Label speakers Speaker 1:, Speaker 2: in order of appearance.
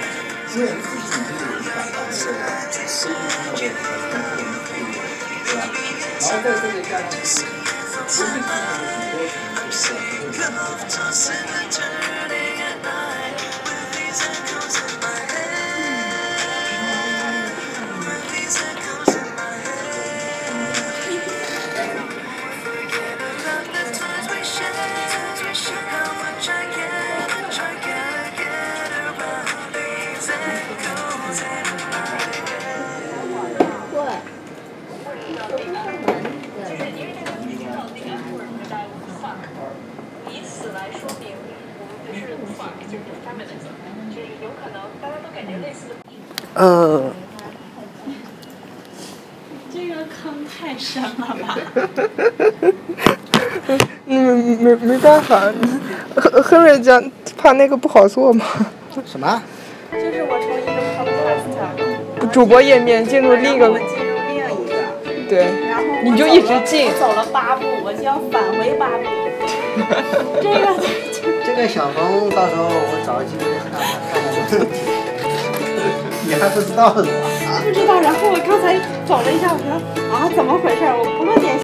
Speaker 1: 因为我们自己已经有一款单车了，所以那个很多人可以，对吧？然后在这个加上就是，我自己有很多同事啊，很多人
Speaker 2: 对，我是澳门的人。
Speaker 3: 以此来说明我们不是无法，就是他们的，就是有可能大家都感觉类似。
Speaker 4: 呃，
Speaker 5: 这个坑太深了 吧？
Speaker 4: 没嗯没没办法， 亨亨瑞讲怕那个不好做嘛。
Speaker 6: 什么？
Speaker 5: 就是我从一个 podcast，
Speaker 4: 主播页面进入另一
Speaker 5: 然后我，
Speaker 4: 个
Speaker 5: 进入另一个，
Speaker 4: 对，
Speaker 5: 然后我
Speaker 4: 你就一直进
Speaker 5: 走了我走了八步，我就要返回八步。这个太就
Speaker 6: 这个小红，到时候我找个机会让他看看。 你还不知道呢。
Speaker 5: 不知道。然后我刚才走了一下，我说啊，怎么回事？我不论点